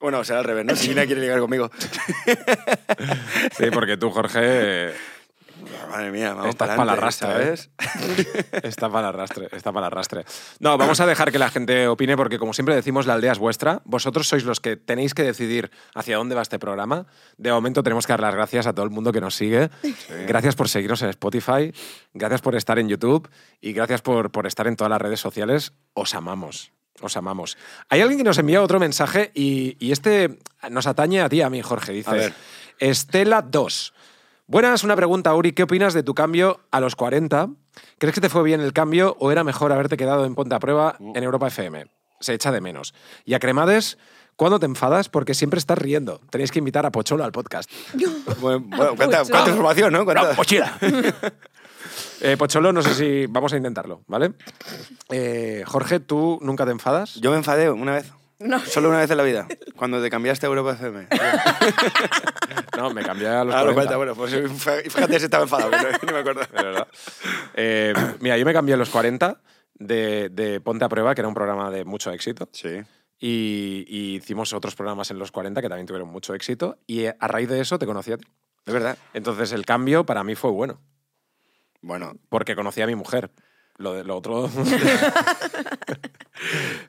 Speaker 2: Bueno, será al revés, ¿no? Si Gina quiere ligar conmigo.
Speaker 1: Sí, porque tú, Jorge, eh,
Speaker 2: Madre mía, vamos
Speaker 1: Estás
Speaker 2: pa'lante,
Speaker 1: pa'l arrastre, <laughs>
Speaker 2: ¿sabes?
Speaker 1: está para el arrastre. Está para el arrastre. No, vamos a dejar que la gente opine, porque como siempre decimos, la aldea es vuestra. Vosotros sois los que tenéis que decidir hacia dónde va este programa. De momento tenemos que dar las gracias a todo el mundo que nos sigue. Gracias por seguirnos en Spotify, gracias por estar en YouTube y gracias por, por estar en todas las redes sociales. Os amamos. Os Os amamos. Hay alguien que nos envía otro mensaje y, y este nos atañe a ti, a mí, Jorge. Dice:
Speaker 2: A ver.
Speaker 1: Estela 2. Buenas, una pregunta, Uri. ¿Qué opinas de tu cambio a los 40? ¿Crees que te fue bien el cambio o era mejor haberte quedado en Ponte a Prueba en Europa FM? Se echa de menos. Y a Cremades, ¿cuándo te enfadas? Porque siempre estás riendo. Tenéis que invitar a Pocholo al podcast.
Speaker 2: Bueno, bueno, cuánta,
Speaker 3: Mucho.
Speaker 2: cuánta información, ¿no? Cuánta-
Speaker 1: <laughs> Eh, Pocholo, no sé si vamos a intentarlo, ¿vale? Eh, Jorge, ¿tú nunca te
Speaker 2: <laughs>
Speaker 1: enfadas?
Speaker 2: Yo me enfadé una vez.
Speaker 3: No.
Speaker 2: Solo una vez en la vida. Cuando te cambiaste a Europa <laughs> FM.
Speaker 1: No, me cambié a los
Speaker 2: Ah,
Speaker 1: 40.
Speaker 2: cuenta, bueno, pues <laughs> fíjate si estaba enfadado, que no, no me acuerdo.
Speaker 1: Eh, mira, yo me cambié a los 40 de, de Ponte a Prueba, que era un programa de mucho éxito.
Speaker 2: <laughs> Sí.
Speaker 1: Y, y hicimos otros programas en los 40 que también tuvieron mucho éxito. Y eh, a raíz de eso te conocí a ti.
Speaker 2: Es verdad.
Speaker 1: Entonces el cambio para mí fue bueno,
Speaker 2: Bueno,
Speaker 1: porque conocí a mi mujer. Lo, de- lo otro. <laughs>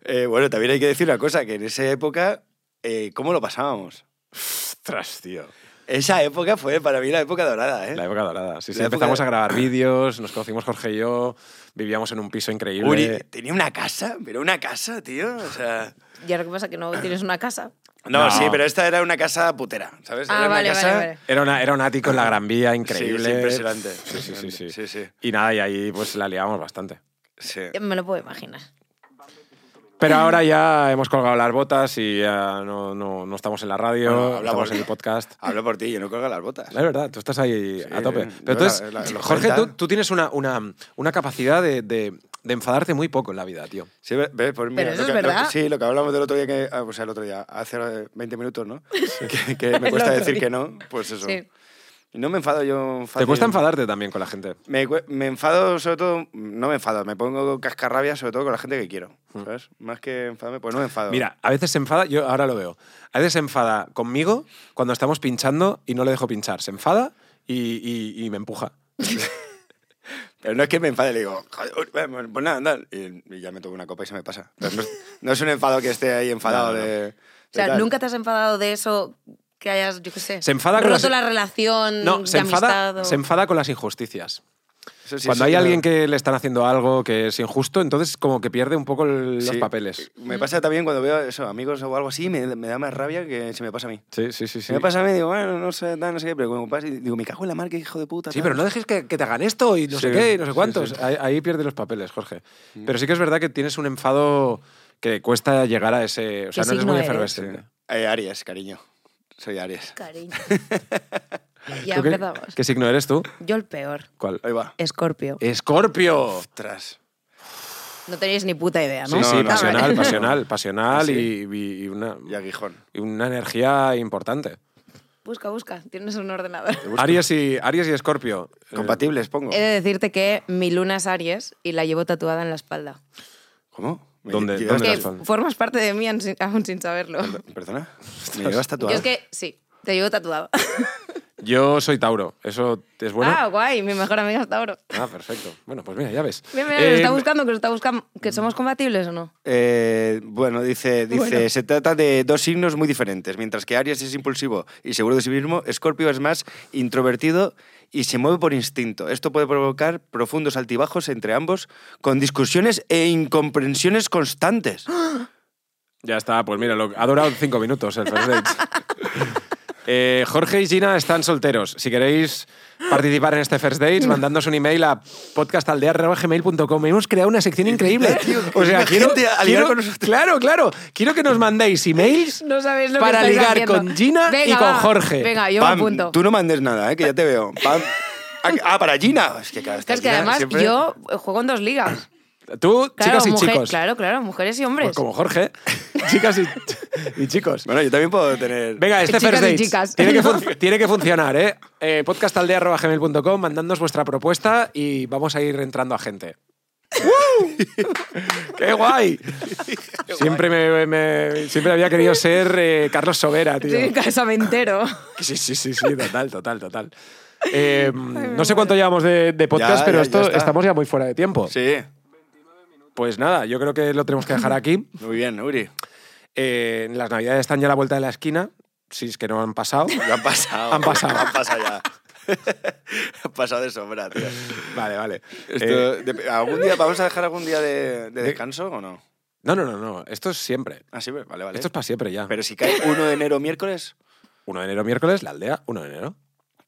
Speaker 2: eh, bueno, también hay que decir una cosa, que en esa época, eh, ¿cómo lo pasábamos?
Speaker 1: Ostras, tío.
Speaker 2: Esa época fue para mí la época dorada, ¿eh?
Speaker 1: La época dorada. Sí, sí,
Speaker 2: La época
Speaker 1: empezamos a
Speaker 2: de-
Speaker 1: grabar vídeos, nos conocimos Jorge y yo, vivíamos en un piso increíble.
Speaker 2: Uri tenía una casa, pero una casa, tío. O sea...
Speaker 3: Y ahora qué pasa, que no tienes una casa.
Speaker 2: No,
Speaker 1: No.
Speaker 2: sí, pero esta era una casa putera, ¿sabes?
Speaker 3: Ah,
Speaker 2: Era una
Speaker 3: vale,
Speaker 2: casa...
Speaker 3: vale, vale.
Speaker 1: Era, una- era un ático en la Gran Vía increíble.
Speaker 2: Sí, sí, impresionante,
Speaker 1: Sí, sí, sí, sí.
Speaker 2: impresionante. Sí, sí.
Speaker 1: Y nada, y ahí pues la liábamos bastante.
Speaker 2: Sí.
Speaker 3: Me lo puedo imaginar.
Speaker 1: Pero ahora ya hemos colgado las botas y ya no, no- no estamos en la radio,
Speaker 2: Bueno,
Speaker 1: no
Speaker 2: hablamos.
Speaker 1: estamos en el podcast.
Speaker 2: Hablo por ti, yo no colgo las botas.
Speaker 1: La verdad, tú estás ahí a tope.
Speaker 2: eh,
Speaker 1: Pero
Speaker 2: yo
Speaker 1: entonces,
Speaker 2: la- la- los
Speaker 1: Jorge, tú,
Speaker 2: 40.
Speaker 1: tú tienes una, una, una capacidad de, de- de enfadarte muy poco en la vida, tío.
Speaker 2: Sí, ve- ves, pues mira,
Speaker 3: Pero eso
Speaker 2: lo
Speaker 3: es
Speaker 2: que- lo-
Speaker 3: verdad.
Speaker 2: sí, lo que hablamos del otro día, que, ah, o sea, el otro día, hace 20 minutos, ¿no? <laughs> que, que me
Speaker 3: <laughs> El
Speaker 2: cuesta
Speaker 3: otro
Speaker 2: decir
Speaker 3: día.
Speaker 2: que no, pues eso.
Speaker 3: Sí.
Speaker 2: No me enfado yo fácil.
Speaker 1: Te cuesta enfadarte también con la gente.
Speaker 2: Me, cue- me enfado sobre todo, no me enfado, me pongo cascarrabia sobre todo con la gente que quiero, ¿sabes? Más que enfadarme, pues no me enfado.
Speaker 1: Mm. Mira, a veces se enfada, yo ahora lo veo, a veces se enfada conmigo cuando estamos pinchando y no le dejo pinchar. Se enfada y, y- y me empuja.
Speaker 2: Pero no es que me enfade, le digo, "Joder, bueno, pues nada, anda. Y, y ya me tomo una copa y se me pasa. Pero no, es- no es un enfado que esté ahí enfadado
Speaker 1: No, no, no.
Speaker 2: de...
Speaker 3: O sea,
Speaker 2: de tal.
Speaker 3: nunca te has enfadado de eso que hayas, yo qué sé,
Speaker 1: Se enfada con
Speaker 3: roto
Speaker 1: las-
Speaker 3: la relación
Speaker 1: No, se
Speaker 3: Mm, de
Speaker 1: enfada,
Speaker 3: amistad. o-
Speaker 1: se enfada con las injusticias.
Speaker 2: Eso sí,
Speaker 1: cuando
Speaker 2: sí,
Speaker 1: hay
Speaker 2: claro.
Speaker 1: alguien que le están haciendo algo que es injusto, entonces como que pierde un poco el- los
Speaker 2: Sí. Eh,
Speaker 1: papeles.
Speaker 2: Me
Speaker 3: Mm.
Speaker 2: pasa también cuando veo eso, amigos o algo así, me, me da más rabia que se me pasa a mí.
Speaker 1: Sí, sí, sí.
Speaker 2: Se me pasa a mí, digo, bueno, no sé, tal, no sé qué, pero cuando pasa, y digo, me cago en la mar, que hijo de puta.
Speaker 1: Sí,
Speaker 2: tal,
Speaker 1: pero no
Speaker 2: sé
Speaker 1: dejes que, que te hagan esto y no sé
Speaker 2: Sí,
Speaker 1: qué y no sé
Speaker 2: sí,
Speaker 1: cuántos.
Speaker 2: sí.
Speaker 1: Ahí, ahí pierde los papeles, Jorge.
Speaker 2: Mm.
Speaker 1: Pero sí que es verdad que tienes un enfado que cuesta llegar a ese... O sea,
Speaker 3: ¿Qué
Speaker 1: no eres
Speaker 3: signo
Speaker 1: muy
Speaker 3: eres?
Speaker 1: efervescente.
Speaker 2: qué. Eh, Aries, cariño. Soy Aries.
Speaker 3: Cariño.
Speaker 1: <laughs>
Speaker 3: ya
Speaker 1: ¿Tú qué-
Speaker 3: empezamos.
Speaker 1: ¿Qué Eh, signo eres tú?
Speaker 3: Yo el peor.
Speaker 1: ¿Cuál?
Speaker 2: Ahí va.
Speaker 3: Escorpio.
Speaker 1: ¡Escorpio!
Speaker 2: Ostras.
Speaker 3: No tenéis ni puta idea, <laughs> ¿no?
Speaker 1: Sí, sí,
Speaker 2: No, no,
Speaker 1: pasional,
Speaker 2: Ah, vale.
Speaker 1: pasional, pasional
Speaker 2: Sí.
Speaker 1: y- y, y una,
Speaker 2: Y aguijón.
Speaker 1: y una energía importante.
Speaker 3: Busca, busca. Tienes
Speaker 1: <laughs>
Speaker 3: un ordenador.
Speaker 1: Aries y, Aries y Escorpio. Eh,
Speaker 2: Compatibles, pongo.
Speaker 3: He de decirte que mi luna es Aries y la llevo tatuada en la espalda.
Speaker 2: ¿Cómo? ¿Me
Speaker 1: ¿Dónde-
Speaker 2: llevas-
Speaker 1: dónde
Speaker 3: Que
Speaker 1: la espalda?
Speaker 3: formas parte de mí aún sin- aún sin saberlo.
Speaker 1: <laughs>
Speaker 2: ¿Perdona? ¿Me llevas
Speaker 3: Yo
Speaker 2: tatuado?
Speaker 3: es que sí, te llevo tatuado.
Speaker 1: Yo soy Tauro. ¿Eso es bueno?
Speaker 3: Ah, guay, mi mejor amiga es Tauro.
Speaker 1: Ah, perfecto. Bueno, pues mira, ya ves.
Speaker 3: Mira, mira, nos está
Speaker 1: Eh, mm.
Speaker 3: buscando, que nos está buscando. ¿Que somos compatibles o no?
Speaker 2: Eh, bueno, dice, dice
Speaker 3: <laughs> Bueno.
Speaker 2: se trata de dos signos muy diferentes. Mientras que Aries es impulsivo y seguro de sí mismo, Escorpio es más introvertido y se mueve por instinto. Esto puede provocar profundos altibajos entre ambos, con discusiones e incomprensiones
Speaker 3: <gasps>
Speaker 2: constantes.
Speaker 1: Ya está, pues mira, lo- ha durado cinco minutos el first
Speaker 3: <laughs>
Speaker 1: date. Eh, Jorge y Gina están solteros. Si queréis participar en este first date, mandadnos un email a podcastaldea.gmail.com. Hemos creado una sección increíble.
Speaker 2: Tío,
Speaker 1: O sea,
Speaker 2: la
Speaker 1: quiero,
Speaker 2: gente a ligar
Speaker 1: quiero-
Speaker 2: con nosotros.
Speaker 1: claro, claro. Quiero que nos mandéis emails
Speaker 3: No sabéis lo
Speaker 1: para
Speaker 3: que estáis
Speaker 1: ligar
Speaker 3: haciendo.
Speaker 1: con Gina y
Speaker 3: Venga,
Speaker 1: con
Speaker 3: va.
Speaker 1: Jorge.
Speaker 3: Venga, Ah, yo
Speaker 2: Pam,
Speaker 3: me apunto.
Speaker 2: tú no mandes nada, ¿eh? que ya te veo.
Speaker 3: <laughs>
Speaker 2: Pam. Ah, para Gina. Es que, claro,
Speaker 3: Es que
Speaker 2: Gina
Speaker 3: además
Speaker 2: siempre-
Speaker 3: yo eh, juego en dos ligas.
Speaker 1: Tú,
Speaker 3: Claro,
Speaker 1: chicas y
Speaker 3: mujer-
Speaker 1: chicos. Pues
Speaker 3: claro, claro, mujeres y hombres.
Speaker 1: Como
Speaker 3: <laughs>
Speaker 1: Jorge. Chicas y, y chicos.
Speaker 2: Bueno, yo también puedo tener...
Speaker 1: Venga, este
Speaker 3: Chicas
Speaker 1: first
Speaker 3: y
Speaker 1: date
Speaker 3: chicas. <laughs>
Speaker 1: Tiene, que func- tiene que funcionar, ¿eh? eh podcastaldea.gmail.com, mandadnos vuestra propuesta y vamos a ir entrando a gente. ¡Woo! ¡Qué
Speaker 3: <laughs>
Speaker 1: guay! Siempre, me, me- siempre había querido ser eh, Carlos Sobera, tío.
Speaker 3: Sí, <laughs> casamentero.
Speaker 1: Sí, sí, sí, sí, total, total, total. Eh, no sé cuánto llevamos de, de podcast,
Speaker 2: Ya,
Speaker 1: pero
Speaker 2: ya,
Speaker 1: esto,
Speaker 2: ya está.
Speaker 1: estamos ya muy fuera de tiempo.
Speaker 2: Sí,
Speaker 1: Pues nada, yo creo que lo tenemos que dejar aquí.
Speaker 2: muy bien, Uri.
Speaker 1: Eh, las navidades están ya a la vuelta de la esquina, si es que no han
Speaker 2: <laughs>
Speaker 1: pasado.
Speaker 2: Ya han pasado.
Speaker 1: Han pasado.
Speaker 2: <laughs> Han pasado ya. han pasado de sombra, tío.
Speaker 1: Vale, vale. Eh,
Speaker 2: Esto, de- ¿algún día, ¿Vamos a dejar algún día de, de descanso o no?
Speaker 1: No, no, no, no. Esto es siempre.
Speaker 2: Ah, sí, vale, vale.
Speaker 1: Esto es para siempre ya.
Speaker 2: Pero si cae 1 de enero miércoles
Speaker 1: 1 de enero, miércoles, la aldea, 1 de enero.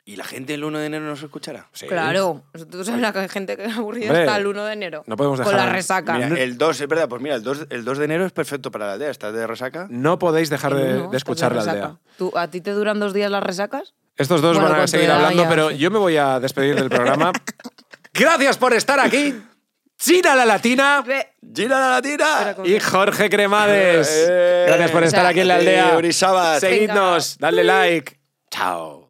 Speaker 2: y la gente el 1 de enero nos escuchará.
Speaker 1: Sí.
Speaker 3: Claro, tú sabes la gente que aburrida
Speaker 1: Hombre,
Speaker 3: está el 1 de enero.
Speaker 1: no podemos
Speaker 3: Con
Speaker 1: dejar-
Speaker 3: la resaca.
Speaker 2: Mira,
Speaker 1: No-
Speaker 2: el 2, es verdad, pues mira, el 2, el 2 de enero es perfecto para la aldea. ¿Estás de resaca?
Speaker 1: No podéis dejar
Speaker 3: No,
Speaker 1: de,
Speaker 3: estás
Speaker 1: de escuchar la
Speaker 3: resaca.
Speaker 1: aldea.
Speaker 3: ¿Tú, ¿A ti te duran dos días las resacas?
Speaker 1: Estos dos
Speaker 3: Bueno,
Speaker 1: van a
Speaker 3: con tu
Speaker 1: seguir
Speaker 3: edad
Speaker 1: hablando,
Speaker 3: ya,
Speaker 1: pero
Speaker 3: sí.
Speaker 1: yo me voy a despedir del
Speaker 3: <laughs>
Speaker 1: programa. Gracias por estar aquí. China la Latina
Speaker 3: Ve,
Speaker 2: ¡Gira la latina!
Speaker 1: y Jorge Cremades.
Speaker 2: Eh,
Speaker 1: Gracias por estar aquí en la aldea.
Speaker 2: Orizabat.
Speaker 1: Seguidnos, dadle like. Chao.